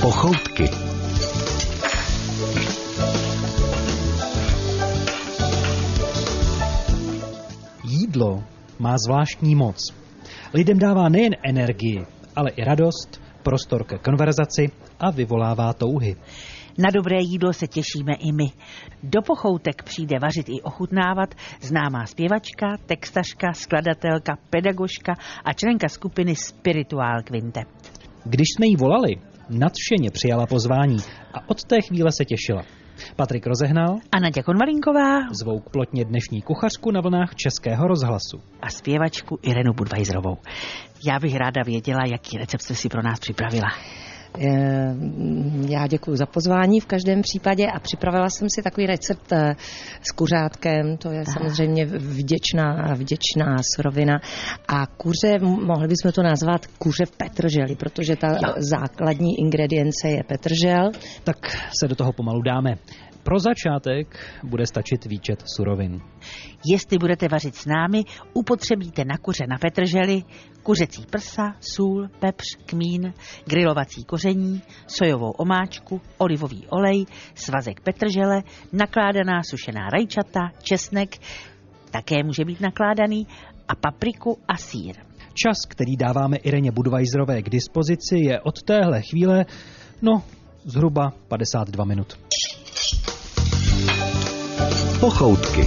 Pochoutky. Jídlo má zvláštní moc. Lidem dává nejen energii, ale i radost, prostor ke konverzaci a vyvolává touhy. Na dobré jídlo se těšíme i my. Do pochoutek přijde vařit i ochutnávat známá zpěvačka, textařka, skladatelka, pedagožka a členka skupiny Spirituál Quintet. Když jsme jí volali, nadšeně přijala pozvání a od té chvíle se těšila. Patrik rozehnal, A Naděja Konvalinková zvouk plotně dnešní kuchařku na vlnách Českého rozhlasu. a zpěvačku Irenu Budweiserovou. Já bych ráda věděla, jaký recept jste si pro nás připravila. Eh, Já děkuji za pozvání v každém případě a připravila jsem si takový recept eh, s kuřátkem, to je samozřejmě vděčná, vděčná surovina. A kuře, mohli bychom to nazvat kuře v petrželi, protože ta eh, základní ingredience je petržel. Tak se do toho pomalu dáme. Pro začátek bude stačit výčet surovin. Jestli budete vařit s námi, upotřebíte na kuře na petrželi kuřecí prsa, sůl, pepř, kmín, grilovací koření, sojovou omáčku, olivový olej, svazek petržele, nakládaná sušená rajčata, česnek, také může být nakládaný, a papriku a sír. Čas, který dáváme Ireně Budweiserové k dispozici, je od téhle chvíle, no, zhruba 52 minut. Pochoutky.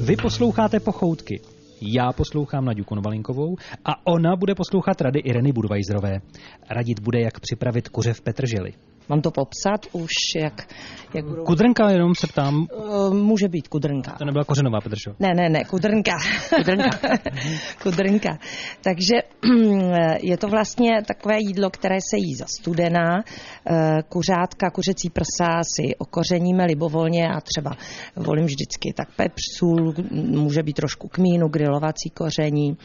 Vy posloucháte pochoutky. Já poslouchám Naďu Konvalinkovou a ona bude poslouchat rady Ireny Budweiserové. Radit bude, jak připravit kuře v Petrželi. Mám to popsat už, jak, jak budou... Kudrnka, jenom se ptám, Eh, Může být kudrnka. to nebyla kořenová Petržela. Ne, ne, ne, kudrnka. Kudrnka. kudrnka. Takže je to vlastně takové jídlo, které se jí zastudená. Eh, Kuřátka, kuřecí prsa si okořeníme libovolně a třeba volím vždycky tak pepř, sůl, může být trošku kmínu, grilovací koření,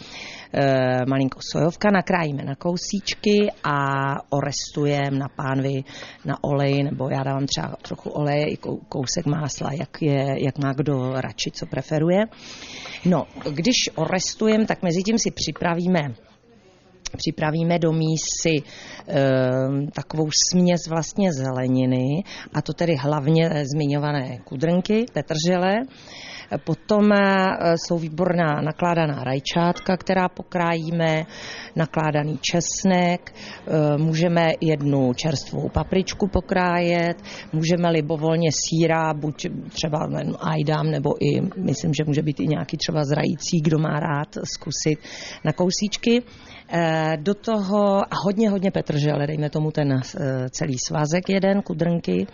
eh, malinko sojovka, nakrájíme na kousíčky a orestujeme na pánvi na olej, nebo já dávám třeba trochu oleje i kou- kousek másla, jak, je, jak má kdo radši, co preferuje. No, když orestujeme, tak mezi tím si připravíme připravíme do mísy um, takovou směs vlastně zeleniny, a to tedy hlavně eh, zmiňované kudrnky, petržele. Eh, Potom eh, jsou výborná nakládaná rajčátka, která pokrájíme, nakládaný česnek, eh, můžeme jednu čerstvou papričku pokrájet, můžeme libovolně síra, buď třeba jen ajdám, nebo i myslím, že může být i nějaký třeba zrající, kdo má rád zkusit na kousíčky. Eh, Do toho a hodně, hodně petržele, dejme tomu ten eh, celý svazek jeden, kudrnky.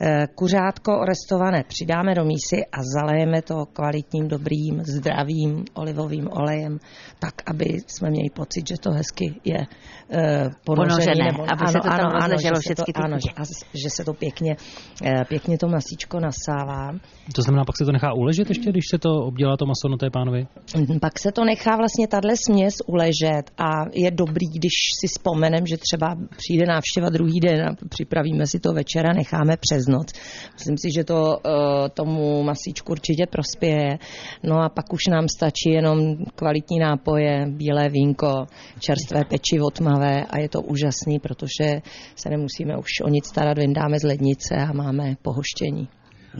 Eh, Kuřátko orestované přidáme do mísy a zalejeme to kvalitním, dobrým, zdravým olivovým olejem, tak, aby jsme měli pocit, že to hezky je eh, ponořené. Ponořené, nebo, aby se to tam rozleželo že se to, všechny ty ano, chutě. a z- že se to pěkně, eh, pěkně to masíčko nasává. To znamená, pak se to nechá uležet ještě, když se to obdělá to maso na té pánovi? Pak se to nechá vlastně tahle směs uležet a je dobrý, když si vzpomenem, že třeba přijde návštěva druhý den a připravíme si to večera, necháme přes noc. Myslím si, že to eh, tomu masíčku určitě prospěje. No a pak už nám stačí jenom kvalitní nápoje, bílé vínko, čerstvé pečivo tmavé a je to úžasný, protože se nemusíme už o nic starat, vyndáme z lednice a máme pohoštění.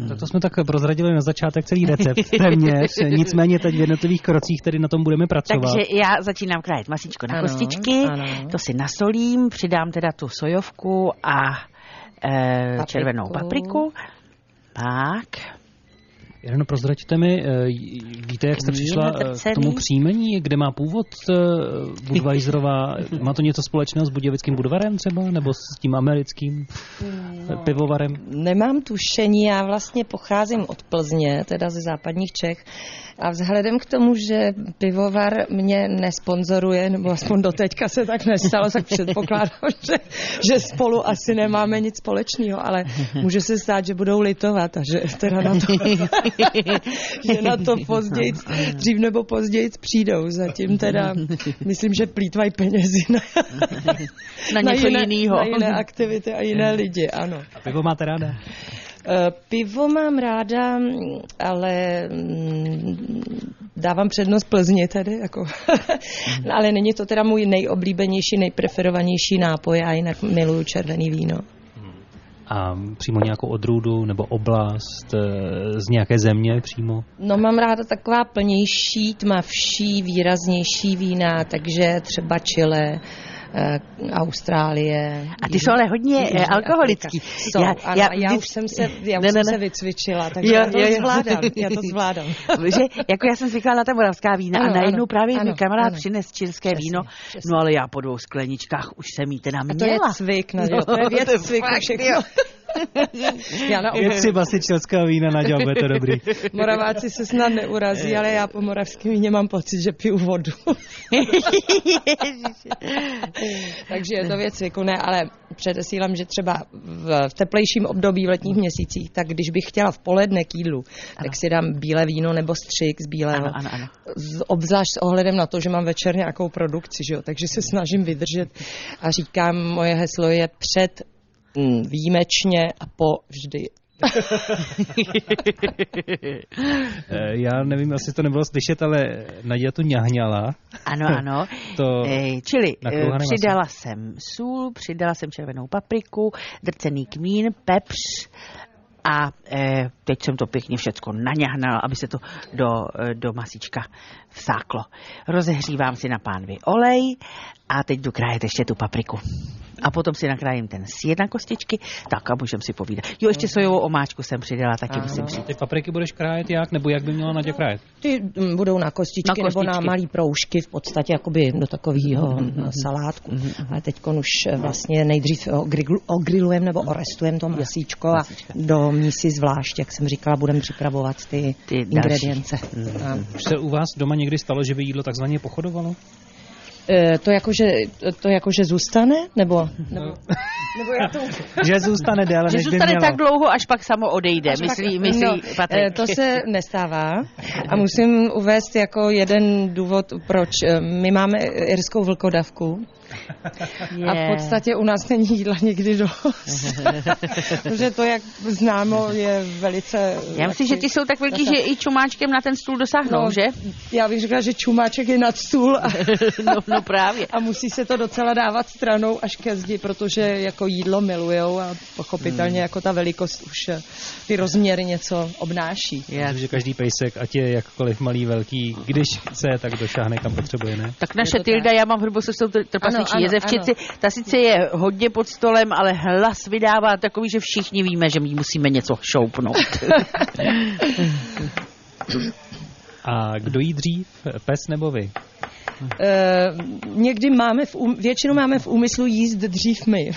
Tak to jsme tak prozradili na začátek celý recept téměř, nicméně teď v jednotlivých krocích tedy na tom budeme pracovat. Takže já začínám krájet masíčko na Ano, kostičky, ano. to si nasolím, přidám teda tu sojovku a e, Papriku. červenou papriku. Tak, Jenom prozraďte mi, eh, j- víte, jak jste Kmín přišla eh, k tomu drcený. příjmení, kde má původ eh, Budweiserová? Má to něco společného s budějovickým budvarem třeba, nebo s tím americkým eh, pivovarem? Nemám tušení, já vlastně pocházím od Plzně, teda ze západních Čech. A vzhledem k tomu, že pivovar mě nesponzoruje, nebo aspoň doteďka se tak nestalo, tak předpokládám, že, že spolu asi nemáme nic společného, ale může se stát, že budou litovat a že teda na to, že na to později, dřív nebo později přijdou. Zatím teda myslím, že plítvají penězi na, Na něco jiné- jinýho. Na jiné aktivity a jiné lidi, ano. A pivo máte ráda? Eh, Pivo mám ráda, mm, ale mm, dávám přednost Plzni tedy, jako. no, ale není to teda můj nejoblíbenější, nejpreferovanější nápoj, a jinak miluju červený víno. A přímo nějakou odrůdu nebo oblast eh, z nějaké země přímo? No mám ráda taková plnější, tmavší, výraznější vína, takže třeba Chile, eh, Austrálie. A ty jsou ale hodně Jižní eh, alkoholický. Afrika. Jsou, já, ano, já, já už jsem se, já už Ne, ne, jsem ne. se vycvičila, takže Jo, já to jo, jo. zvládám. Já to zvládám. že, jako já jsem zvyklá na ta moravská vína Ano, a najednou ano, právě mi ano, kamarád ano. přines čilské Přesně, víno, přesně. no ale já po dvou skleničkách už jsem jí teda A to je měla. cvik, no, No, jo, to je to je věc cviku fakt, všechno. já na Je třeba si česká vína na bude to dobrý. Moraváci se snad neurazí, ale já po moravském víně mám pocit, že piju vodu. Takže je to věc cviku, ne, ale předesílám, že třeba v, v teplejším období v letních měsících, tak když bych chtěla v poledne k jídlu, Ano. tak si dám bílé víno nebo střik z bílého. ano, ano, ano. Z- Obzvlášť s ohledem na to, že mám večer nějakou produkci, že jo? takže se snažím vydržet a říkám, moje heslo je před mm, výjimečně a po vždy. Eh, Já nevím, asi to nebylo slyšet, ale Nadia tu ňahňala. Ano, ano. To- Eh, Čili eh, nakrouhané maso. přidala jsem sůl, přidala jsem červenou papriku, drcený kmín, pepř a eh, teď jsem to pěkně všecko naňahnala, aby se to do, eh, do masíčka vsáklo. Rozehřívám si na pánvi olej a teď jdu krájet ještě tu papriku. A potom si nakrájím ten sír na kostičky, tak a můžem si povídat. Jo, ještě sojovou omáčku jsem přidala, taky Ano. musím přijít. Ty papriky budeš krájet jak? Nebo jak by měla Nadia krájet? Ty mm, budou na kostičky, Na na kostičky. nebo na kostičky. Mhm, malý proužky v podstatě jakoby do takového mm, salátku. Ale teď už eh, vlastně nejdřív ogrilu- ogrilujeme nebo orestujeme to masíčko a do mísy zvlášť, jak jsem říkala, budeme připravovat ty, Ty ty další. Mhm. ingredience. A, Už se u vás doma někdy stalo, že by jídlo takzvaně pochodovalo? eh, to, jakože, to jakože zůstane? Nebo, Mhm. nebo, nebo jak to Že zůstane déle, Že než by zůstane mělo. tak dlouho, až pak samo odejde, Až myslí, pak- myslí no, eh, Patrik. To se nestává a musím uvést jako jeden důvod, proč. Eh, My máme irskou vlkodavku a v podstatě u nás není jídla nikdy dost. Protože to, jak známo, je velice... Já myslím, že ty jsou tak velký, že i čumáčkem na ten stůl dosáhnou, No, že? Já bych řekla, že čumáček je nad stůl a, No, no právě. a musí se to docela dávat stranou až ke zdi, protože jako jídlo milujou a Hmm. pochopitelně jako ta velikost už eh, ty rozměry něco obnáší. Já. Myslím, že každý pejsek, ať je jakkoliv malý, velký, když chce, tak došáhne kam potřebuje, ne? Tak naše to Tilda, já mám hrbosostou tr- trpasličí Ano, ano, jezevčici, ta sice je hodně pod stolem, ale hlas vydává takový, že všichni víme, že my jí musíme něco šoupnout. A kdo jí dřív, pes nebo vy? Hmm. Eh, někdy máme, v um, většinou máme v úmyslu jíst dřív my.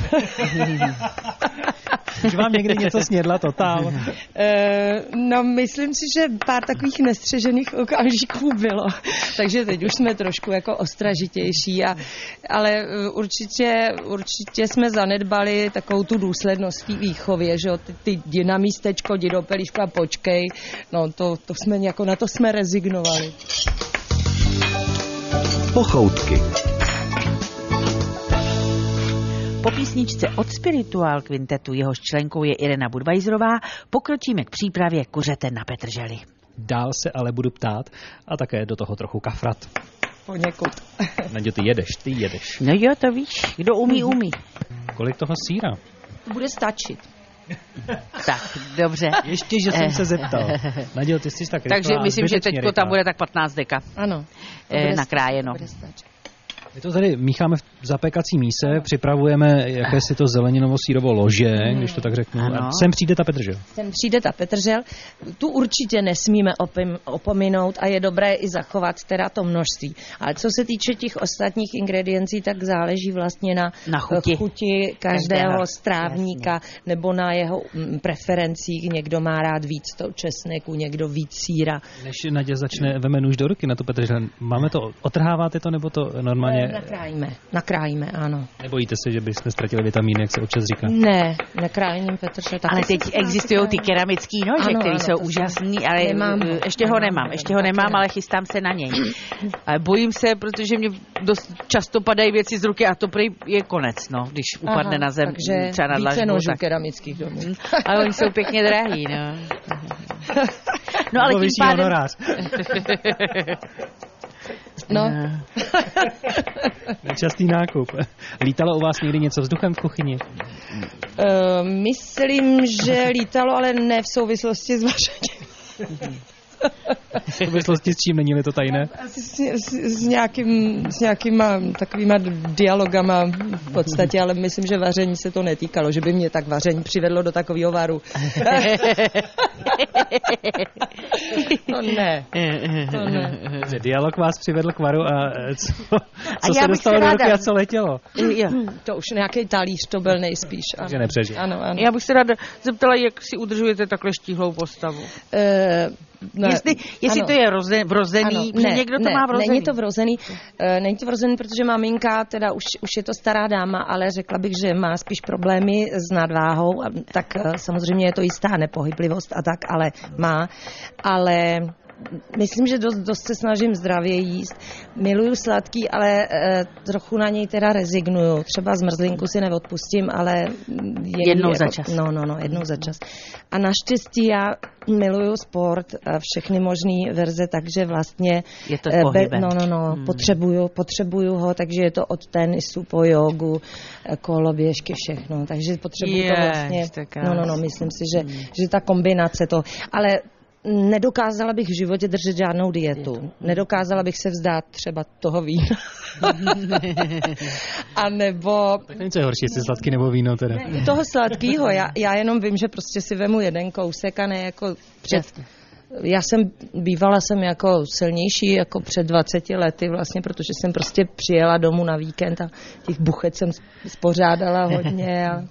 Že vám někdy něco snědla totál? Eh, no, myslím si, že pár takových nestřežených okamžiků bylo. Takže teď už jsme trošku jako ostražitější, a, ale eh, určitě, určitě jsme zanedbali takovou tu důslednost v té výchově, že jo, ty, ty jdi na místečko, jdi do pelíšku a počkej. No, to, to jsme jako, na to jsme rezignovali. Pochoutky. Po písničce od Spiritual Quintetu, jehož členkou je Irena Budweiserová, pokročíme k přípravě kuřete na Petrželi. Dál se ale budu ptát a také do toho trochu kafrat. Poněkud. Nadějo, ty jedeš, ty jedeš. No jo, to víš, kdo umí, umí. Kolik toho síra? To bude stačit. Tak, dobře. Ještě, že jsem se zeptal. Nadějo, ty jsi tak Takže rychlá, myslím, že zbytečně teď rychlá. tam bude tak 15 deka. Ano. To Eh, bude nakrájeno. stačit, to bude stačit. My to tady mícháme v zapékací míse, připravujeme jakési to zeleninovo-sírovo lože, když to tak řeknu. Hmm. Ano. A sem přijde ta Petržel. Sem přijde ta Petržel. Tu určitě nesmíme opim, opominout a je dobré i zachovat teda to množství. Ale co se týče těch ostatních ingrediencí, tak záleží vlastně na, Na chuti. eh, chuti každého Každého, strávníka nebo na jeho mm, preferencích. Někdo má rád víc to česneku, někdo víc síra. Než Nadě začne, veme nůž do ruky na tu Petržel. Máme to, otrháváte to nebo to normálně? Eh, Nakrájíme, nakrájíme, ano. Nebojíte se, že byste ztratili vitamíny, jak se občas říká? No, Ne, nekrájím Petržel. tak ale to teď se existují ty krásně krajím. keramické nože, Ano, které ano, jsou to úžasné, jsem- ale nemám eh, ho. ještě ho Nemám nemám, ho, ještě ho taky nemám, ne. ale chystám se na něj. Ale bojím se, protože mě dost často padají věci z ruky a to prej je konec, no, když upadne Aha, na zem, takže třeba na více dlažbu. nožů tak- keramických domů. Hm, Ale oni jsou pěkně drahý, no. No ale tím Nebo vyšší pádem... honorář. Mhm. No, Eh, Častý nákup. Lítalo u vás někdy něco vzduchem v kuchyni? eh, myslím, že lítalo, ale ne v souvislosti s vařením. V souvislosti s čím není to tajné? Asi s, s, s, nějakým, s nějakýma takovýma dialogama v podstatě, ale myslím, že vaření se to netýkalo, že by mě tak vaření přivedlo do takového varu. No to ne, to ne. Že dialog vás přivedl k varu a eh, co, co já bych se dostalo se do ráda- ruky a co letělo? Jo. To už nějaký talíř to byl nejspíš. Ano. Že nepřežil. Ano, ano. Já bych se ráda zeptala, jak si udržujete takhle štíhlou postavu. Eh, ne. Jestli, jestli Ano. to je rozde, vrozený, Ano, protože někdo to ne, má vrozený. Není to vrozený, eh, není to vrozený, protože maminka, teda už, už je to stará dáma, ale řekla bych, že má spíš problémy s nadváhou, a tak eh, samozřejmě je to jistá nepohyblivost a tak, ale má. Ale myslím, že dost, dost se snažím zdravě jíst. Miluju sladký, ale eh, trochu na něj teda rezignuju. Třeba zmrzlinku si neodpustím, ale je Jednou za čas. No, no, no, jednou za čas. A naštěstí já miluju sport, eh, všechny možné verze, takže vlastně... Je to eh, pohybem. No, no, no, hmm. potřebuju, potřebuju ho, takže je to od tenisu po jogu, eh, koloběžky, všechno. Takže potřebuju to Jež, vlastně... to je No, no, no, krásný. myslím si, že, že ta kombinace to... Ale nedokázala bych v životě držet žádnou dietu. Nedokázala bych se vzdát třeba toho vína. A nebo Tak nevím, co je horší, jestli sladký nebo víno teda. u toho sladkého, já, já jenom vím, že prostě si vemu jeden kousek a ne jako před... Já jsem, bývala jsem jako silnější jako před 20 lety vlastně, protože jsem prostě přijela domů na víkend a těch buchet jsem spořádala hodně a...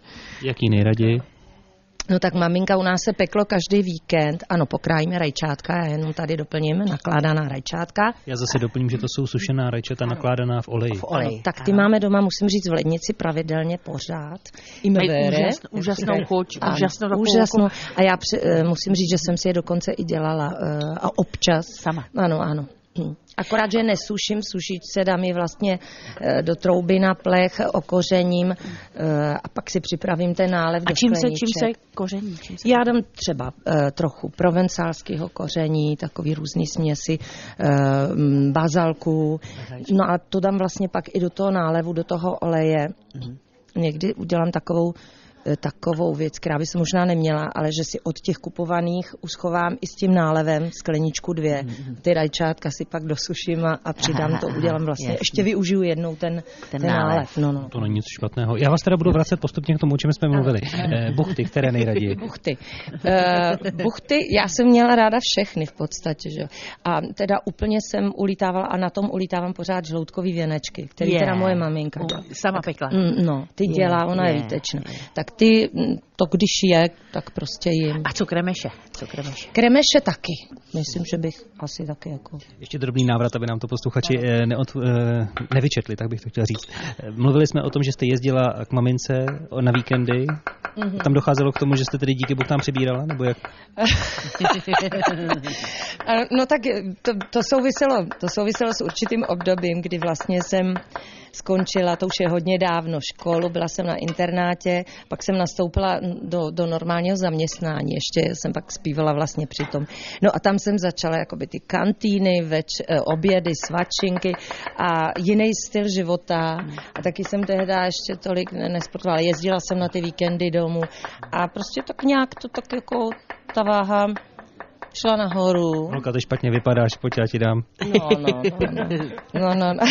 Jaký nejraději? No tak maminka u nás se peklo každý víkend. Ano, pokrájíme rajčátka, já jenom tady doplním nakládaná rajčátka. Já zase doplním, že to jsou sušená rajčata nakládaná v oleji. Olej. Ano, tak ty máme doma, musím říct, v lednici pravidelně pořád. I Mají mevere. úžasn- úžasnou chuť, Ano, úžasnou takovou úžasnou. A já při, eh, musím říct, že jsem si je dokonce i dělala eh, a občas. Sama. Ano, ano. Hm. Akorát, že je nesuším, sušit se dám je vlastně eh, do trouby na plech okořením eh, a pak si připravím ten nálev A do čím se, čím skleníček. se koření? Čím se... Já dám třeba eh, trochu provencálského koření, takový různý směsi, eh, mm, bazalku. No a to dám vlastně pak i do toho nálevu, do toho oleje. Mhm. Někdy udělám takovou eh, takovou věc, která by se možná neměla, ale že si od těch kupovaných uschovám i s tím nálevem skleničku dvě. Mhm, Ty rajčátka si pak dosuším a, a přidám Aha, to, aha, udělám vlastně, jasně. ještě využiju jednou ten, ten, nálev. nálev. No, no. To není nic špatného. Já vás teda budu vracet postupně k tomu, o čem jsme mluvili. Eh, buchty, které nejraději. Buchty. Uh, buchty, já jsem měla ráda všechny v podstatě, že? jo. A teda úplně jsem ulítávala a na tom ulítávám pořád žloutkový věnečky, který Je. teda moje maminka dělá. U- Sama pekla. Mm, No, ty Je, dělá, ona je, je, výtečná. je. Tak ty, mm, to když je, tak prostě jim. A co kremeše? Co kremeše? Kremeše taky. Myslím, že bych asi taky jako... Ještě drobný návrat, aby nám to posluchači eh, neod, eh, nevyčetli, tak bych to chtěl říct. Eh, Mluvili jsme o tom, že jste jezdila k mamince o- na víkendy. Mhm. Tam docházelo k tomu, že jste tedy díky Bohu tam přibírala? Nebo jak? A- No tak to, to, souviselo, to souviselo s určitým obdobím, kdy vlastně jsem skončila, to už je hodně dávno, školu, byla jsem na internátě, pak jsem nastoupila do, do normálního zaměstnání, ještě jsem pak zpívala vlastně přitom. No a tam jsem začala jakoby ty kantýny, več, eh, obědy, svačinky a jiný styl života. A taky jsem tehdy ještě tolik ne- nesportovala. Jezdila jsem na ty víkendy domů a prostě tak nějak to tak jako ta váha šla nahoru. Holka, ty špatně vypadáš, pojď, já ti dám. No, no, no, no. no, no, no.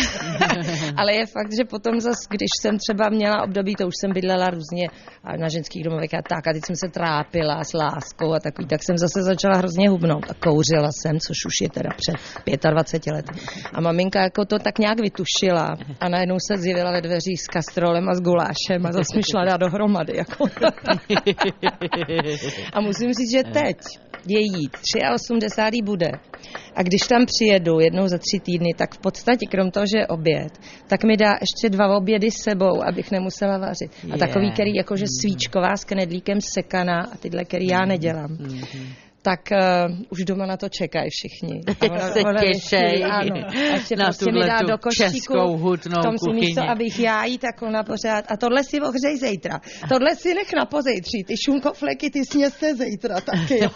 Ale je fakt, že potom zas, když jsem třeba měla období, to už jsem bydlela různě a na ženských domovech a tak, a teď jsem se trápila s láskou a takový, tak jsem zase začala hrozně hubnout a kouřila jsem, což už je teda před 25 lety. A maminka jako to tak nějak vytušila a najednou se zjevila ve dveřích s kastrolem a s gulášem a zase mi šla dát dohromady. Jako. A musím říct, že teď je jí 83. jí bude. A když tam přijedu jednou za tři týdny, tak v podstatě, krom toho, že je oběd, tak mi dá ještě dva obědy s sebou, abych nemusela vařit. A jako, Je. takový, který jakože svíčková s knedlíkem sekaná a tyhle, který já nedělám. tak uh, už doma na to čekají všichni. A Jak se těšej ano. A ještě na prostě mi dá tuhletu do košíku. českou hutnou v tom si místo, kuchyni. abych já jí, tak ona pořád. A tohle si ohřej zítra. Tohle si nech na pozejtří. Ty šunkofleky, ty sněste zítra taky.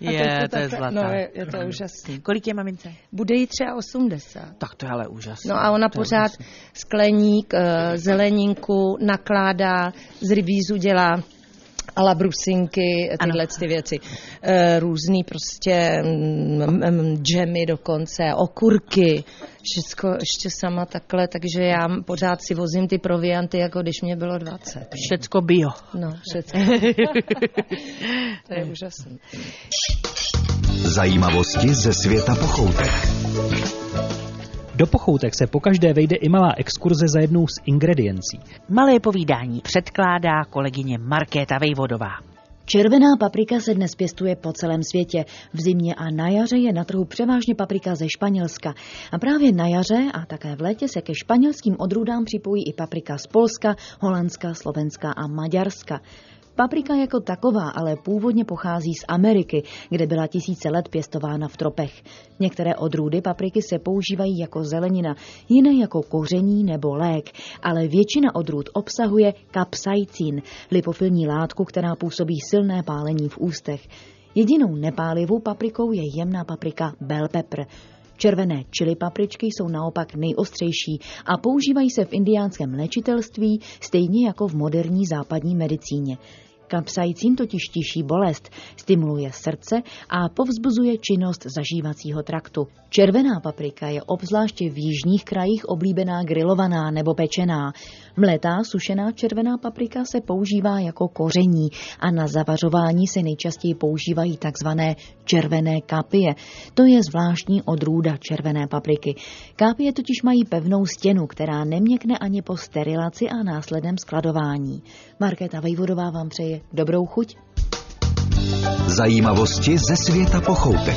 Jo. A Je, teď to je takhle- zlatá. No, je, je to úžasný. Kolik je mamince? Bude jí třeba 80. Tak to vlastně- je ale úžasné. No a ona pořád skleník, eh, zeleninku nakládá, z rybízu dělá ala brusinky, Ano. tyhle ty věci. Eh, Různý prostě mm, mm, džemy dokonce, okurky, všecko ještě sama takhle, takže já pořád si vozím ty provianty, jako když mě bylo 20. Všecko bio. No, všecko. to je úžasné. Zajímavosti ze světa pochoutek. Do pochoutek se pokaždé vejde i malá exkurze za jednou z ingrediencí. Malé povídání předkládá kolegyně Markéta Vejvodová. Červená paprika se dnes pěstuje po celém světě. V zimě a na jaře je na trhu převážně paprika ze Španělska. A právě na jaře a také v létě se ke španělským odrůdám připojí i paprika z Polska, Holandska, Slovenska a Maďarska. Paprika jako taková ale původně pochází z Ameriky, kde byla tisíce let pěstována v tropech. Některé odrůdy papriky se používají jako zelenina, jiné jako koření nebo lék, ale většina odrůd obsahuje kapsaicin, lipofilní látku, která působí silné pálení v ústech. Jedinou nepálivou paprikou je jemná paprika bell pepper. Červené čili papričky jsou naopak nejostřejší a používají se v indiánském léčitelství stejně jako v moderní západní medicíně. Kapsaicin totiž tiší bolest, stimuluje srdce a povzbuzuje činnost zažívacího traktu. Červená paprika je obzvláště v jižních krajích oblíbená grilovaná nebo pečená. Mletá sušená červená paprika se používá jako koření a na zavařování se nejčastěji používají tzv. červené kapie. To je zvláštní odrůda červené papriky. Kapie totiž mají pevnou stěnu, která neměkne ani po sterilizaci a následném skladování. Markéta Vejvodová vám přeje dobrou chuť. Zajímavosti ze světa pochoutek.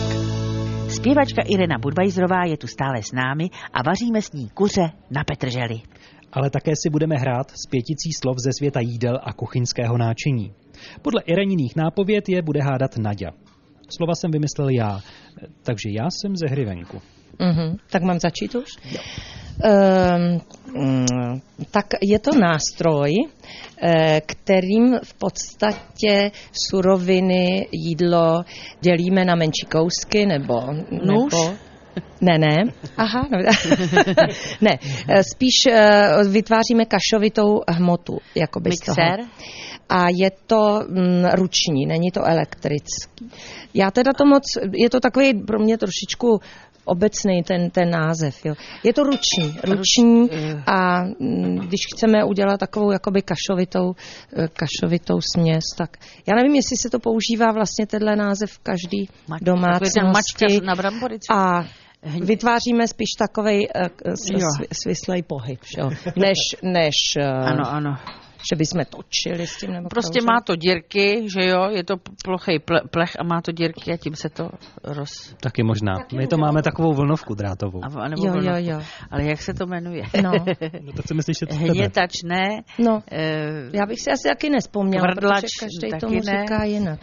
Zpěvačka Irena Budweiserová je tu stále s námi a vaříme s ní kuře na Petrželi. Ale také si budeme hrát s pěticí slov ze světa jídel a kuchyňského náčiní. Podle Ireniných nápověd je bude hádat Nadia. Slova jsem vymyslel já, takže já jsem ze hry venku. Mhm. Mm-hmm. Tak mám začít už? Ehm, mm, tak je to nástroj, eh, kterým v podstatě suroviny, jídlo dělíme na menší kousky nebo... Nůž? Nebo, ne, ne. Aha, no, ne. eh, Spíš eh, vytváříme kašovitou hmotu. Jakoby Z toho. Mixér? A je to mm, ruční, není to elektrický. Já teda to moc, je to takový pro mě trošičku obecný ten, ten název. Jo. Je to ruční, ruční eh. a mm, když chceme udělat takovou jakoby kašovitou, eh, kašovitou směs, tak já nevím, jestli se to používá vlastně tenhle název v každý Mač- takový ten domácnosti mačkař na brambory třeba. a Hně- vytváříme spíš takovej eh, k- s- Jo. svi- svislej pohyb, jo, než, než eh, Ano, ano. že bychom točili s tím. Nebo Prostě kroužili. má to dírky, že jo, je to plochej ple- plech a má to dírky a tím se to roz... Taky možná. My to máme takovou vlnovku drátovou. A, a nebo Jo, vlnovku. jo, jo. Ale jak se to jmenuje? No, No to chci myslet, že to tebe. Hnětačné, no. eh, Já bych si asi taky nespomněla, Tvrdlač protože každý taky tomu ne. říká jinak.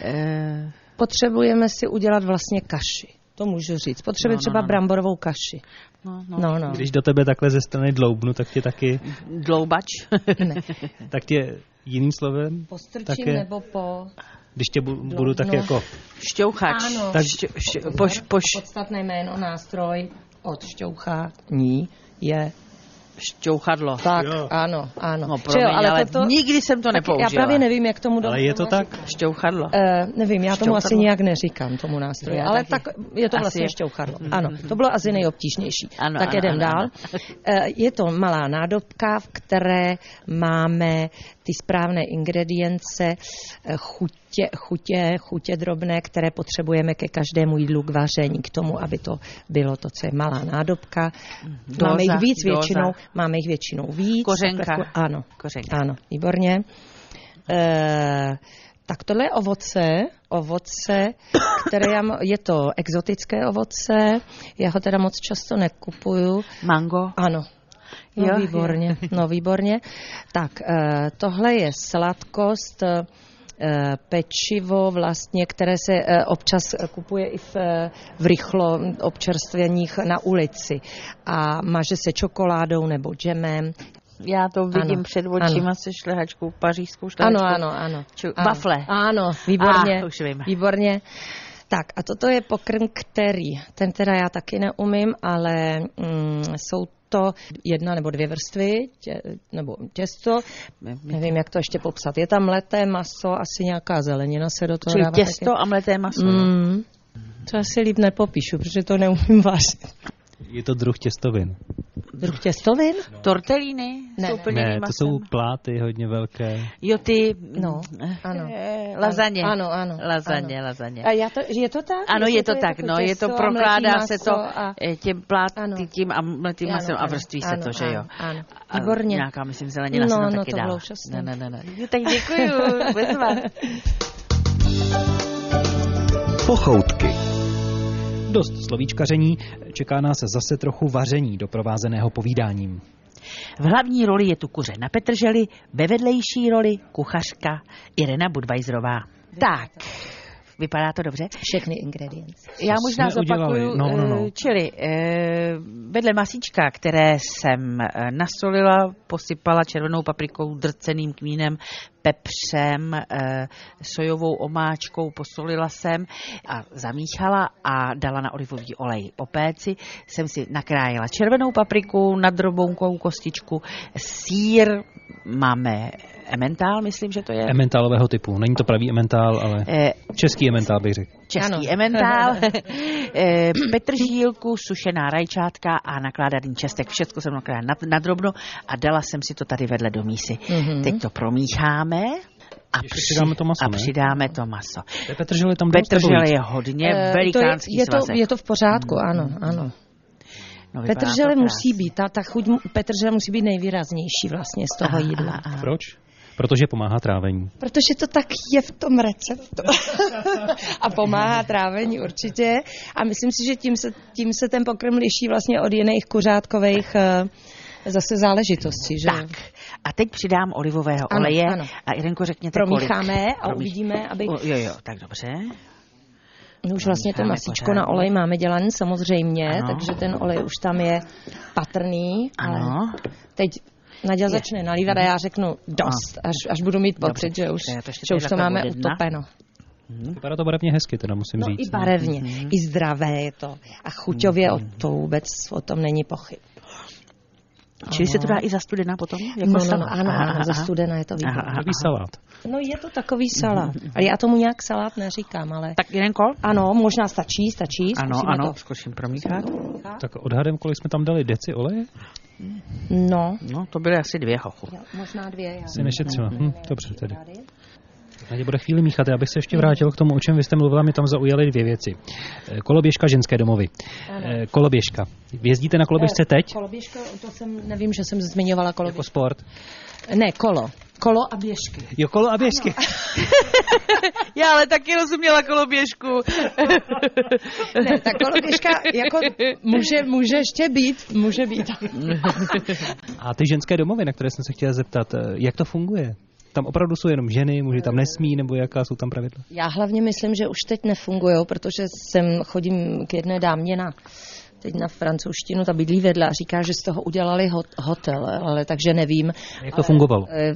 eh, Potřebujeme si udělat vlastně kaši. To můžu říct. Potřebuje No, no, třeba no, no. bramborovou kaši. no, no. No, no. Když do tebe takhle ze strany dloubnu, tak tě taky, Dloubač. Ne. tak tě jiným slovem, Postrčím Také- nebo po... když tě bu- budu tak No. jako Šťouchač. Ano. Tak, šťou, šťou, poš, poš, Podstatné jméno, nástroj od šťouchání je... šťouchadlo. Tak, Jo. ano, ano. No Že promiň, jo, ale, toto- nikdy jsem to Taky nepoužila. Já právě nevím, jak tomu Ale je to tak? Šťouchadlo. Uh, nevím, já tomu Šťouchadlo. asi nějak neříkám, tomu nástroji, Já ale tak taky. je to Asi vlastně je. Mm-hmm. šťouchadlo. Ano, to bylo asi nejobtížnější. Ano, tak ano, jedem ano, dál. ano. Eh, je to malá nádobka, v které máme ty správné ingredience, eh, chutě, chutě, chutě drobné, které potřebujeme ke každému jídlu k vaření, k tomu, aby to bylo to, co je malá nádobka. Mhm. máme Dóza, jich víc dóza. většinou, máme jich většinou víc. Kořenka. Takhle- Ano, Kořenka. ano, výborně. Eh, tak tohle je ovoce, ovoce, které já, m- je to exotické ovoce, já ho teda moc často nekupuju. Mango. Ano, no Jo, výborně, no výborně. Tak eh, tohle je sladkost, eh, eh, pečivo, vlastně, které se eh, občas eh, kupuje i v, eh, v rychlo občerstveních na ulici. A maže se čokoládou nebo džemem. Já to vidím Ano, ano, před očima ano. ano. se šlehačkou, pařížskou Ano, šlehačkou. ano, ano. Ču, ano. Wafle. Ano, výborně. Ah, už vím. Výborně. Tak a toto je pokrm, který, ten teda já taky neumím, ale mm, jsou to jedna nebo dvě vrstvy, tě, nebo těsto, nevím, jak to ještě popsat. Je tam leté maso, asi nějaká zelenina se do toho Čili dává. těsto a mleté maso. Taky. Mm. Mm, to asi líp nepopíšu, protože to neumím vařit. Je to druh těstovin. Druh těstovin? Tortelíny Ne, jsou ne. plněný Ne, to masem. jsou pláty hodně velké. Jo, ty... No, ano. eh, Lazaně. Ano, ano, Lazaně, ano. lazaně. A já to, je to tak? Ano, Jestli je to, tak, jako no, je těsto to, a prokládá mletý se maso to a- eh, těm plát, Ano. tím a mletým Ano, masem a ano, vrství ano, se to, že jo. ano, ano. A Výborně. Nějaká, myslím, zelenina se No, tam no, taky to dá. bylo úžasné. Ne, ne, ne, ne. Tak děkuju, Pochoutky. Dost slovíčkaření, čeká nás zase trochu vaření doprovázeného povídáním. V hlavní roli je tu kuře na Petrželi, ve vedlejší roli kuchařka Irena Budweiserová. Tak, vypadá to dobře? Všechny ingredience. Já možná jsme udělali? zopakuju, No, no, no. eh, čili eh, vedle masíčka, které jsem eh, nasolila, posypala červenou paprikou, drceným kmínem, pepřem, eh, sojovou omáčkou, posolila jsem a zamíchala a dala na olivový olej. O péci jsem si nakrájela červenou papriku, nadrobounkou kostičku, sír, máme ementál, myslím, že to je. Ementálového typu. Není to pravý ementál, ale Eh, český ementál bych řekl. český Ano. ano. ementál, eh, petržílku, sušená rajčátka a nakládaný čestek. Všechno jsem nakládala na, na drobno a dala jsem si to tady vedle do mísy. Mhm. Mm-hmm. Teď to promícháme a, Ještě přidáme to maso, a ne? přidáme to maso. Té Petržele tam dost Petržel takových. je hodně Eh, to velikánský je, je, to, svazek. je to v pořádku, ano, ano. no, vypadá Petržele to musí krásně. být, ta, ta chuť petržele musí být nejvýraznější vlastně z toho jídla. A, a, a. Proč? Protože pomáhá trávení. Protože to tak je v tom receptu. a pomáhá trávení určitě. A myslím si, že tím se, tím se ten pokrm liší vlastně od jiných kuřátkových eh, zase záležitostí, že? Tak, a teď přidám olivového Ano, oleje ano. a Irenko řekněte Promícháme kolik. a uvidíme, aby- O, jo, jo, tak dobře. My už vlastně to Necháme masíčko pořád. na olej máme dělaný samozřejmě, Ano. takže ten olej už tam je patrný. Ale Ano. teď Nadia začne nalívat a já řeknu dost, až, až budu mít Mhm. Dobře, pocit, že už, takže já to ještě že už tady to takhle máme bude dna. utopeno. Vypadá to barevně hezky, teda musím No říct. i barevně, Mhm. i zdravé je to. A chuťově o to vůbec, o tom není pochyb. Čili se to dá i zastudená potom? Jako no, no, salát? no, ano, Aha, ano, aha. za studena je to výborné. Aha, Mhm. Takový salát. No je to takový salát, ale já tomu nějak salát neříkám, ale... Tak Jirenko? Ano, možná stačí, stačí, Ano, zkusíme ano, to. zkusím promíchat. Tak odhadem, kolik jsme tam dali deci oleje? No, No, to byly asi dvě hochu. jo, možná dvě, já. Si nešetřila. Mhm. Hm, dobře tedy. Nadě bude chvíli míchat. Já bych se ještě vrátil k tomu, o čem vy jste mluvila. Mě tam zaujaly dvě věci. Eh, Koloběžka ženské domovy. Eh, Koloběžka. Jezdíte na koloběžce Eh, teď? Eh, Koloběžka, to jsem, nevím, že jsem zmiňovala Jako koloběžku. sport. Ne, kolo. Kolo a běžky. Jo, kolo a běžky. Já ale taky rozuměla koloběžku. Ne, ta koloběžka jako může, může ještě být, může být. A ty ženské domovy, na které jsem se chtěla zeptat, eh, jak to funguje? Tam opravdu jsou jenom ženy, muži tam nesmí, nebo jaká jsou tam pravidla? Já hlavně myslím, že už teď nefungují, protože jsem chodím k jedné dámě na teď na francouzštinu, ta bydlí vedle a říká, že z toho udělali hot- hotel, ale takže nevím. Jak to fungovalo? Eh,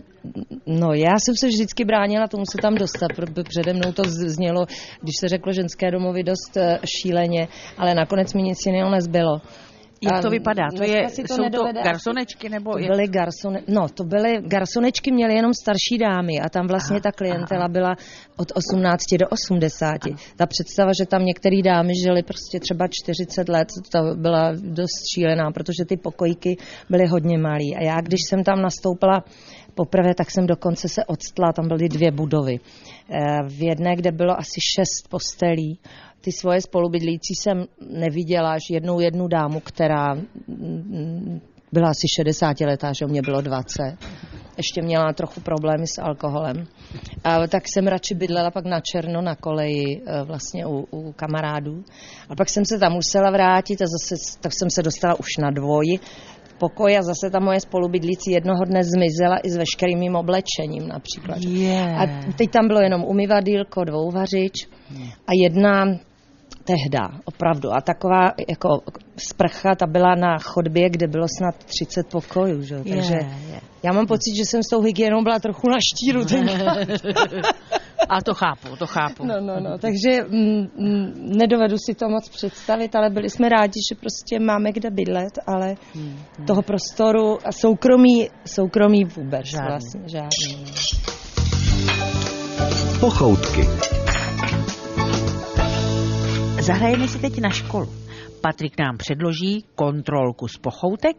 No, já jsem se vždycky bránila tomu se tam dostat. pr- Přede mnou to z- znělo, když se řeklo ženské domovy, dost eh, šíleně, ale nakonec mi nic jiného nezbylo. Jak A to vypadá? To Ehm, dneska je, si jsou to nedovede asi- garsonečky nebo... to jak- byly garsone, no, to byly, garsonečky měly jenom starší dámy a tam vlastně ta klientela byla od 18 do 80. Ta představa, že tam některé dámy žily prostě třeba 40 let, to byla dost šílená, protože ty pokojky byly hodně malý. A já, když jsem tam nastoupila poprvé, tak jsem dokonce se odstla, tam byly dvě budovy. Eh, V jedné, kde bylo asi šest postelí, ty svoje spolubydlící jsem neviděla, až jednou jednu dámu, která mm, byla asi 60 letá, že mě bylo 20. Ještě měla trochu problémy s alkoholem. A tak jsem radši bydlela pak na černo na koleji eh, vlastně u, u kamarádů. A pak jsem se tam musela vrátit a zase s- tak jsem se dostala už na dvoji. Po pokoj a zase ta moje spolubydlící jednoho dne zmizela i s veškerým mým oblečením například. Yeah. A teď tam bylo jenom umyvadýlko, dvouvařič a jedna tehda, opravdu. A taková jako sprcha, ta byla na chodbě, kde bylo snad 30 pokojů, že? jo. Je, Takže je. já mám pocit, že jsem s tou hygienou byla trochu na štíru tenkrát. A to chápu, to chápu. No, no, no, takže mm, mm, nedovedu si to moc představit, ale byli jsme rádi, že prostě máme kde bydlet, ale Hmm. toho prostoru a soukromí, soukromí vůbec Žádný. žádný. vlastně, žádný. no. Pochoutky. Zahrajeme si teď na školu. Patrik nám předloží kontrolku z pochoutek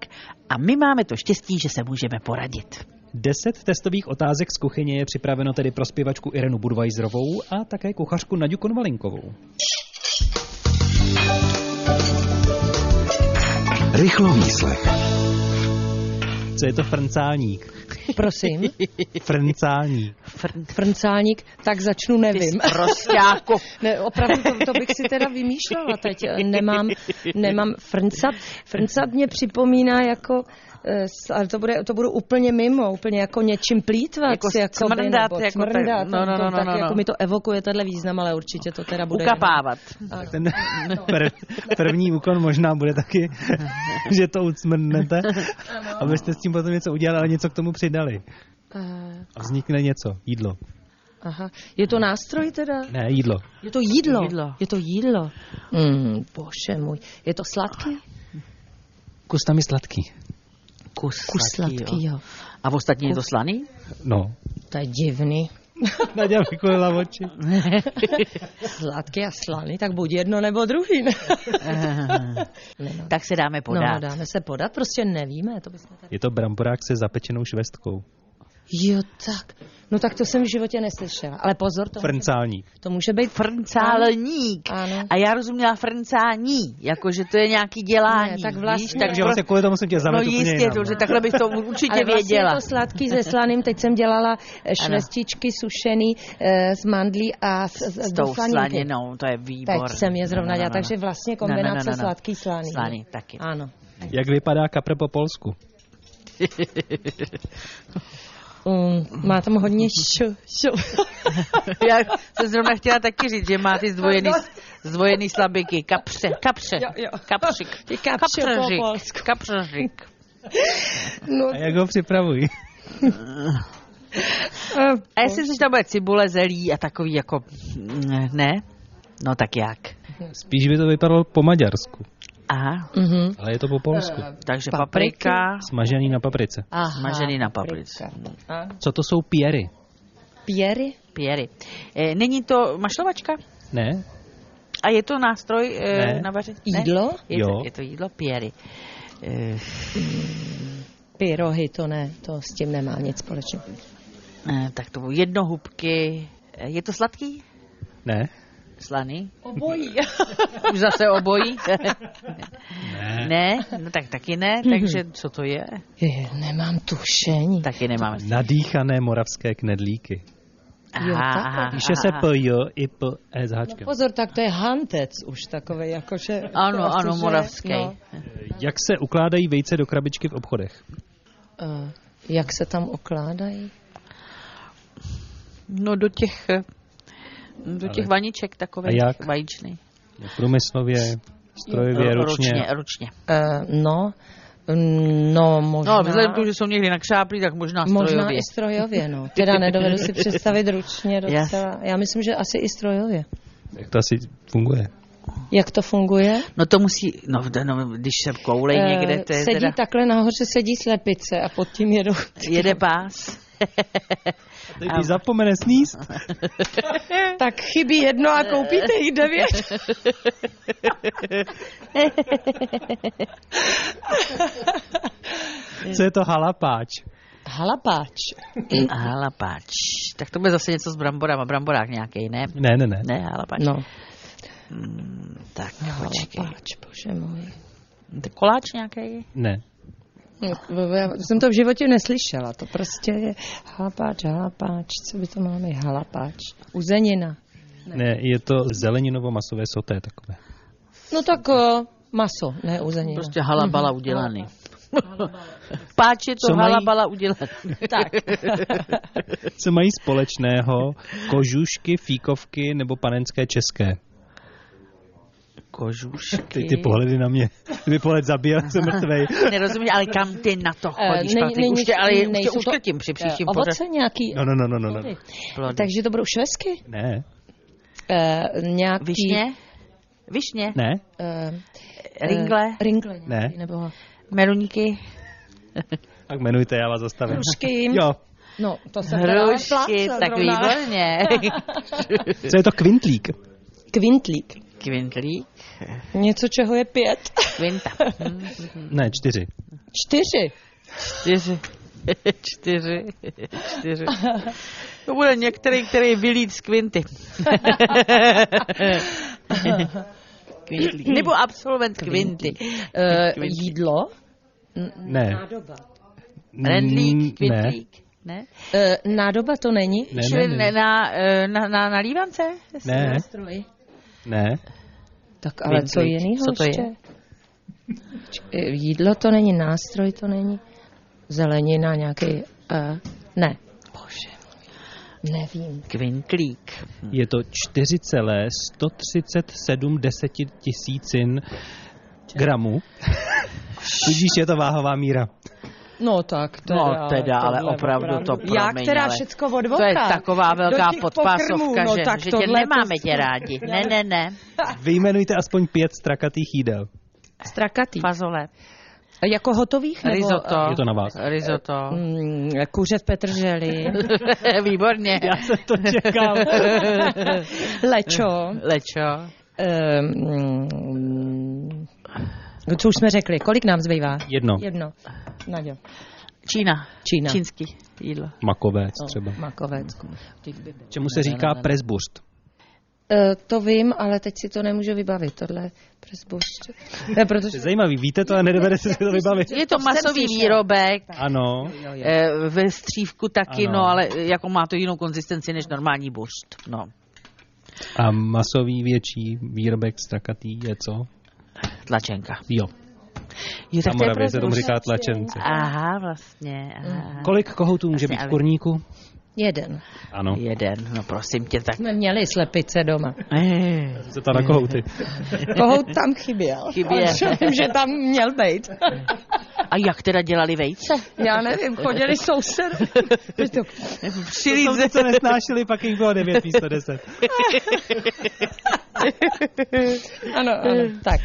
a my máme to štěstí, že se můžeme poradit. Deset testových otázek z kuchyně je připraveno tedy pro zpěvačku Irenu Budweiserovou a také kuchařku Naďu Konvalinkovou. Rychlo výslech. Co je to frncálník? Prosím, Frncálník. Frn, frncálník, tak začnu, ty nevím. prostáku. Ne, opravdu to, to bych si teda vymýšlela teď. Eh, Nemám, nemám frncat. Frncat mě připomíná jako, eh, s- ale to, bude, to budu úplně mimo, úplně jako něčím plítvat. Jako si, jakoby, smrdat, nebo jako tak- smrdat, no, no, to no, no, tak, no. jako mi to evokuje tenhle význam, ale určitě to teda bude. Ukapávat. Ano. Ten prv, první úkon možná bude taky, že to ucmrnete, abyste s tím potom něco udělali, ale něco k tomu přidali. Eh, A vznikne něco. Jídlo. Aha. Je to nástroj teda? Ne, jídlo. Je to jídlo. Jídlo. Je to jídlo. Mm, bože můj. Je to sladký? Kus tam je sladký. Kus, Kus sladkýho. A ostatní je to slaný? No. To je divný. Naděja vykolila oči. Sladký a slaný, tak buď jedno nebo druhý. Ne? Eh. Ne, no. tak se dáme No, no, podat. dáme se podat, prostě nevíme, to bychom tady... Je to bramborák se zapečenou švestkou. Jo, tak. No tak to jsem v životě neslyšela. Ale pozor, to, může, Frncálník. to může být Frncálník. Ano. A já rozuměla frncání, jakože to je nějaký dělání. Ne, tak víš? vlastně- Takže Takže vlastně kvůli tomu jsem tě no zavedl úplně jistě, jinam, to, no. že takhle bych to určitě Ale vlastně je věděla. to sladký se slaným. Teď jsem dělala eh, švestičky sušený eh, z mandlí a s, s, S s tou slaninky. slaninou, to je No, výbor. Teď jsem je zrovna dělala, takže vlastně kombinace sladký slaný. no, Slaný taky. Ano. Jak vypadá kapr po polsku? Um, má tam hodně šu, šu. Já jsem zrovna chtěla taky říct, že má ty zdvojený, zdvojený slabiky. Kapře, kapře, Jo, jo. kapřik. Ty kapře po polsku. Kapřežik, kapřežik. No, A jak ho připravují? eh, A jestli jsi tam bude cibule, zelí a takový jako, mm, ne? No tak jak? Spíš by to vypadalo po maďarsku, Aha, mhm. ale je to po polsku. takže Papriky. paprika, Smažený na paprice. Aha, Smažený na paprice. paprika. A Co to jsou pěry? Pěry? pěry. E, Není to mašlovačka? Ne? A je to nástroj e, Ne. na vaření? Jídlo? Je to, Jo. je to jídlo pěry. E, Pyrohy, to ne, to s tím nemá nic společného. e, tak to budou jednohubky. E, Je to sladký? Ne? Slaný? Obojí. Už zase obojí? ne. ne? No tak taky ne, Mhm. takže co to je? Je, nemám tušení. Taky nemáme. Nadýchané moravské knedlíky. Jo, takhle. Píše se aha. p j i p e s No háčkem. pozor, tak to je hantec už takový, jakože... Ano, to asi, ano, Prostě, že- moravský. No, Jak se ukládají vejce do krabičky v obchodech? eh, jak se tam okládají? No do těch, eh, do těch Ale- vaniček takových A jak? vajíčných. Průmyslově, strojově, Ru- ručně. ručně. ručně. Eh, no, mm, no, možná... No, vzhledem k tomu, že jsou někdy nakšáplí, tak možná strojově. Možná i strojově, no. Teda nedovedu si představit ručně docela. Já myslím, že asi i strojově. Jak to asi funguje? Jak to funguje? No to musí, no, d- no když se koulej Eh, někde, to je sedí teda, takhle nahoře, sedí slepice a pod tím jedou. jede pás. Teď když zapomene sníst, Tak chybí jedno a koupíte jich devět. co je to halapáč? Halapáč. halapáč. Tak to bude zase něco s bramborama, bramborák nějaký, ne? Ne, ne, ne. Ne, halapáč. No, Mm, tak, počkej. halapáč, bože můj. To Koláč nějaký? Ne. Já jsem to No, v životě neslyšela. To prostě je halapáč, halapáč. Co by to mělo být? Halapáč. Uzenina. Ne, je to zeleninovo-masové soté takové. No tak eh, maso, ne uzenina. Mhm. Prostě halabala udělaný. Páč je to Co mají- halabala udělat. Tak. Co mají společného kožušky, fíkovky nebo panenské české? Kožušky. Ty, ty pohledy na mě. Ty pohled zabíjel, jsem mrtvej. Nerozumím, ale kam ty na to Eh, chodíš, ne- Patrik? Už není- tě, ale už tě nejsou to- uškrtím při příštím Eh, pořadu. Ovoce nějaký? No, no, no, no, no. no. Plody. Takže to budou švesky? Ne, Eh, nějaký... Višně? Višně? ne, Eh, Ringle? eh, Ringle nějaký, Ne. nebo... Meruníky? tak jmenujte, já vás zastavím. Hrušky. Jo, No, to se Hrušky, tak výborně. co je to kvintlík? Kvintlík. Kvintlík? Něco, čeho je pět. Kvinta. Ne, čtyři. Čtyři. Čtyři. Čtyři. Čtyři. To bude některý, který vylít z kvinty. Kvintlík. Nebo absolvent kvinty. Eh, Kvintlík. jídlo. Ne. Mm, Rendlík, Ne, kvintlík. Ne? Eh, nádoba to není. ne, Čili ne, ne, ne, na, eh, na, na, na lívance? ne, ne. Tak ale co Kvintlík. jinýho Co to je? ještě? Č- eh, Jídlo to není, nástroj to není. Zelenina nějaký... Uh, ne. Bože. Nevím. Kvintlík. Je to 4,137 desetin tisícin gramů. Tudíž je to váhová míra. No tak, teda, No teda, ale opravdu to Já, promiň, která ale všecko odvoká. To je taková velká Do těch podpásovka, pokrmů, že, no, tak že tě tohle nemáme to- tě rádi. Ne, ne, ne. Vyjmenujte aspoň pět strakatých jídel. Strakatý. Fazole. A Jako hotových? Nebo, eh, Risotto. Je to na vás. Risotto. Mm, kuře v Petrželi. Výborně. Já jsem to čekal. Lečo. Lečo. Um, co už jsme řekli? Kolik nám zbývá? Jedno. Jedno. Naďo. Čína. Čína. Čínský jídlo. Makovec třeba. Makovec. Čemu se říká presburst? Eh, to vím, ale teď si to nemůžu vybavit, tohle presbuště. Ne, protože... To je zajímavý, víte to a nedovedete si to vybavit. Je to To jsem masový slyšela. výrobek, Ano, eh, ve střívku taky, Ano. no ale jako má to jinou konzistenci než normální buršt. No. a masový větší výrobek strakatý je co? Tlačenka. Jo, na Jo, tak to je Moravě se tomu Mm. prozor- říká tlačence. Aha, vlastně. Aha. Kolik kohoutů může Asi být v ale- kurníku? Jeden. Ano, Jeden, no prosím tě, tak. Jsme měli slepice doma. Eh, se ptá na kohouty. Kohout tam chyběl. Chyběl. Ale Vím, že tam měl být. A jak teda dělali vejce? Já nevím, chodili sousedů. Přilít ze Co nesnášeli, pak jich bylo 9 místo 10. Ano, ano. Tak.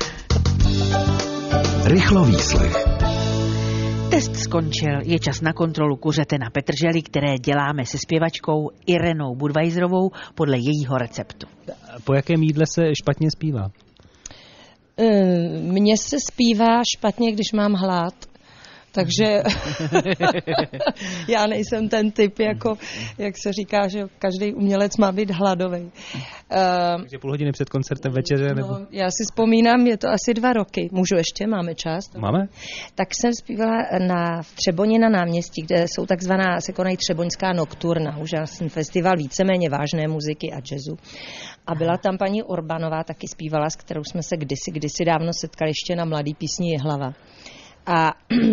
Rychlovýslech. Test skončil, je čas na kontrolu kuřete na Petrželi, které děláme se zpěvačkou Irenou Budweiserovou podle jejího receptu. Po jakém jídle se špatně zpívá? Eh, Mně se zpívá špatně, když mám hlad. Takže já nejsem ten typ, jako, jak se říká, že každý umělec má být hladový. Ehm, Takže půl hodiny před koncertem večeře? Nebo... No, já si vzpomínám, je to asi dva roky. Můžu ještě, máme čas. Máme? Tak jsem zpívala na v Třeboně na náměstí, kde jsou takzvaná, se konají Třeboňská nokturna, úžasný festival víceméně vážné muziky a jazzu. A byla tam paní Orbanová, taky zpívala, s kterou jsme se kdysi, kdysi dávno setkali ještě na Mladý písni Jihlava. A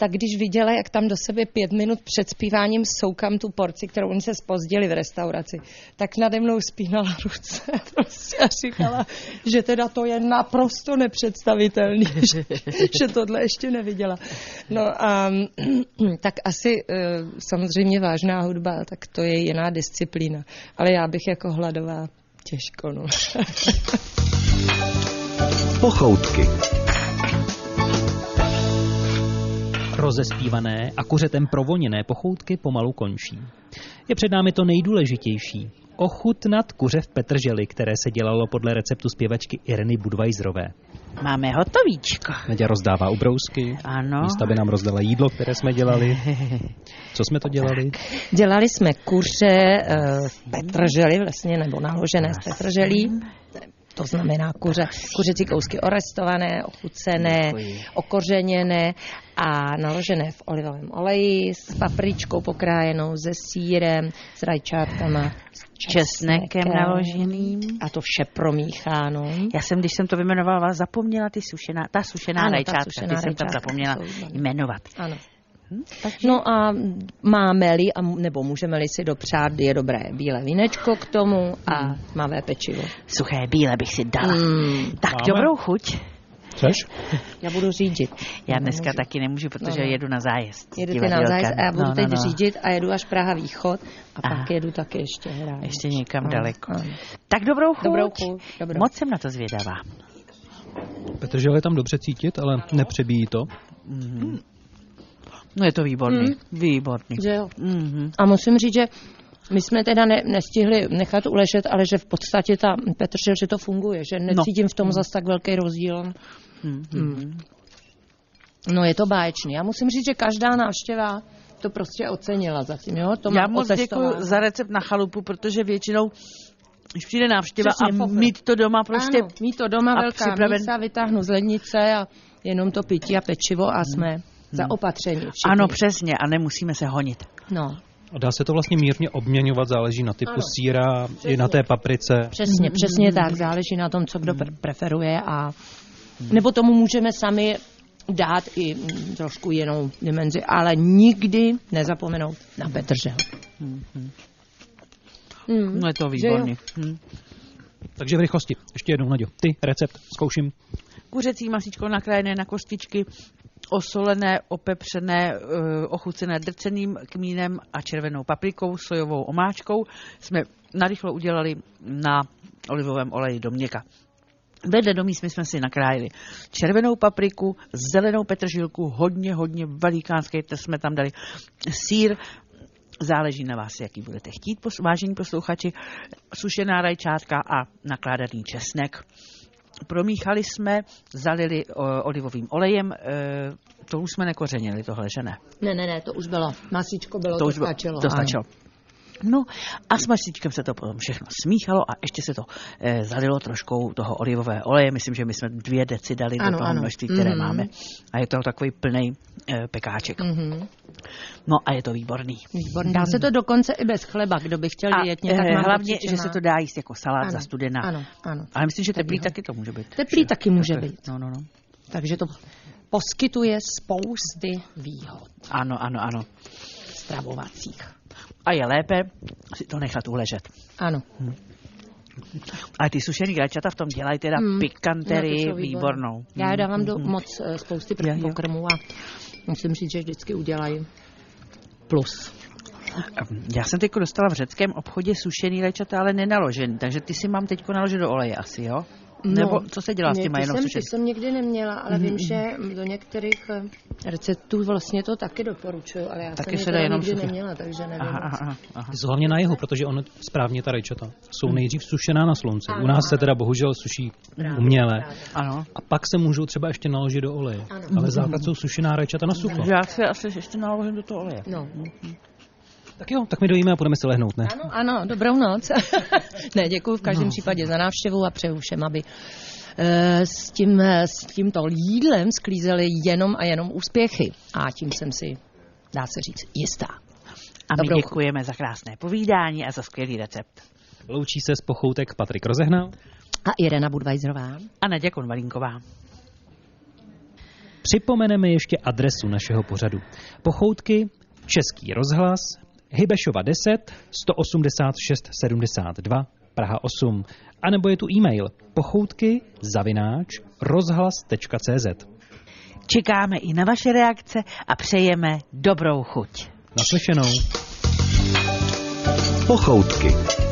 tak když viděla, jak tam do sebe pět minut před zpíváním soukám tu porci, kterou oni se spozdili v restauraci, tak nade mnou spínala ruce prostě a říkala, že teda to je naprosto nepředstavitelný, že, že tohle ještě neviděla. No a tak asi eh, samozřejmě vážná hudba, tak to je jiná disciplína, ale já bych jako hladová těžko, no. Pochoutky. Rozespívané a kuřetem provoněné pochoutky pomalu končí. Je před námi to nejdůležitější. Ochutnat kuře v Petrželi, které se dělalo podle receptu zpěvačky Ireny Budweiserové. Máme hotovíčko. Naděja rozdává ubrousky. Ano. Místa by nám rozdala jídlo, které jsme dělali. Co jsme to dělali? Dělali jsme kuře eh, v Petrželi vlastně, nebo naložené z Petrželí. to znamená kuře, kuřecí kousky orestované, ochucené, okořeněné a naložené v olivovém oleji s papričkou pokrájenou, se sírem, s rajčátkama, s česnekem naloženým. A to vše promícháno. Já jsem, když jsem to vymenovala, zapomněla ty sušená, ta sušená Ano, ta rajčátka, sušená ty jsem tam rajčátka zapomněla jsou tam. jmenovat. Ano. Hm, No a máme-li, a m- nebo můžeme-li si dopřát, je dobré bílé vínečko k tomu a Hm. tmavé pečivo. Suché bíle bych si dala. Mm. Tak Máme? dobrou chuť. Chceš? Já budu řídit. Já dneska taky nemůžu, protože No, no. jedu na zájezd. s Jedete na divadelkami. zájezd a já budu No, teď no, no. řídit a jedu až Praha východ a Aha. pak jedu taky ještě hrát. No, Ještě někam Ano, daleko. ano. Tak dobrou chuť. Dobrou chuť, dobrou. Moc jsem na to zvědavá. Petržel je tam dobře cítit, ale nepřebíjí to. No je to výborný. Výborný. Mm. Že jo. Mhm. A musím říct, že my jsme teda ne, nestihli nechat uležet, ale že v podstatě ta Petržel, že to funguje, No. že necítím v Hmm. tom zas tak velký rozdíl. Mm. No je to báječný. Já musím říct, že každá návštěva to prostě ocenila zatím, jo? To Já mám moc otestováno. děkuji za recept na chalupu, protože většinou, když přijde návštěva Přesně, a pochop. mít to doma prostě Ano, mít to doma a velká připraven- mísa, vytáhnu z lednice a jenom to pití a pečivo a jsme zaopatřeni všichni. Ano, přesně, a nemusíme se honit. No, A dá se to vlastně mírně obměňovat, záleží na typu Ano. síra, i na té paprice. přesně, přesně tak. Záleží na tom, co kdo pre- preferuje a nebo tomu můžeme sami dát i mm, trošku jinou dimenzi, ale nikdy nezapomenout na Petržel. Mm. No je to Že jo. výborný. Hm. Takže v rychlosti, ještě jednou, Naďo, ty recept, zkouším. Kuřecí masíčko nakrájené na kostičky, osolené, opepřené, eh, ochucené drceným kmínem a červenou paprikou, sojovou omáčkou jsme narychlo udělali na olivovém oleji do měka. Vedle do míst my jsme si nakrájeli červenou papriku, zelenou petržilku, hodně, hodně velikánský trst jsme tam dali, sír, záleží na vás, jaký budete chtít, pos- vážení posluchači, sušená rajčátka a nakládaný česnek. Promíchali jsme, zalili eh, olivovým olejem, eh, to už jsme nekořenili, tohle, že ne? Ne, ne, ne, to už bylo. Masíčko bylo, to to, už bylo- stačilo. To stačilo. No a s mašličkem se to potom všechno smíchalo a ještě se to eh, zalilo troškou toho olivového oleje. Myslím, že my jsme dvě deci dali Ano, do toho ano. množství, které Mhm. máme. A je to takový plný eh, pekáček. Ano. Mhm. No a je to výborný. Výborný. Dá se to dokonce i bez chleba, kdo by chtěl A jet eh, tak mám hlavně, pocit, že se má- to dá jíst jako salát Ano, za studena. Ano, ano. Ale myslím, že teplý ho- taky to může být. Teplý že? taky může Tak to- být. No, no, no. Takže to poskytuje spousty výhod Ano, ano, ano. stravovacích. A je lépe si to nechat uležet. Ano. A ty sušený rajčata v tom dělají teda Mm. mm. pikanterii No, to jsou výborné. výbornou. Já je Mm. dávám do moc eh, spousty Jo, prvních jo. pokrmů a musím říct, že vždycky udělají plus. Já jsem teď dostala v řeckém obchodě sušený rajčata, ale nenaložený, takže ty si mám teď naložit do oleje asi, jo? Nebo co se dělá s No. Ne, těma Hmm, ty jenom jsem, sušeným? ty jsem nikdy neměla, ale vím, že do některých eh, receptů vlastně to taky doporučuju, ale já Taky jsem se dá je teda jenom nikdy suchý. neměla, takže nevím. Aha, aha, aha. Hlavně na jihu, protože on správně ta rajčata jsou nejdřív sušená na slunci. U nás se teda bohužel suší uměle. Ano. A pak se můžou třeba ještě naložit do oleje. Ale základ jsou sušená rajčata na sucho. Já se asi ještě naložím do toho oleje. No. Tak jo, tak mi dojíme a půjdeme se lehnout, ne? Ano, ano, dobrou noc. ne, děkuji v každém případě za návštěvu a přeju všem, aby eh, s, tím, eh, s tímto jídlem sklízeli jenom a jenom úspěchy. A tím jsem si, dá se říct, jistá. A my Dobrou chuť. děkujeme za krásné povídání a za skvělý recept. Loučí se z pochoutek Patrik Rozehnal. A Irena Budweiserová. A Naděja Konvalinková. Připomeneme ještě adresu našeho pořadu. Pochoutky, Český rozhlas, Hybešova 10 186 72 Praha 8. A nebo je tu e-mail pochoutky zavináč rozhlas.cz. Čekáme i na vaše reakce a přejeme dobrou chuť. Naslyšenou. Pochoutky.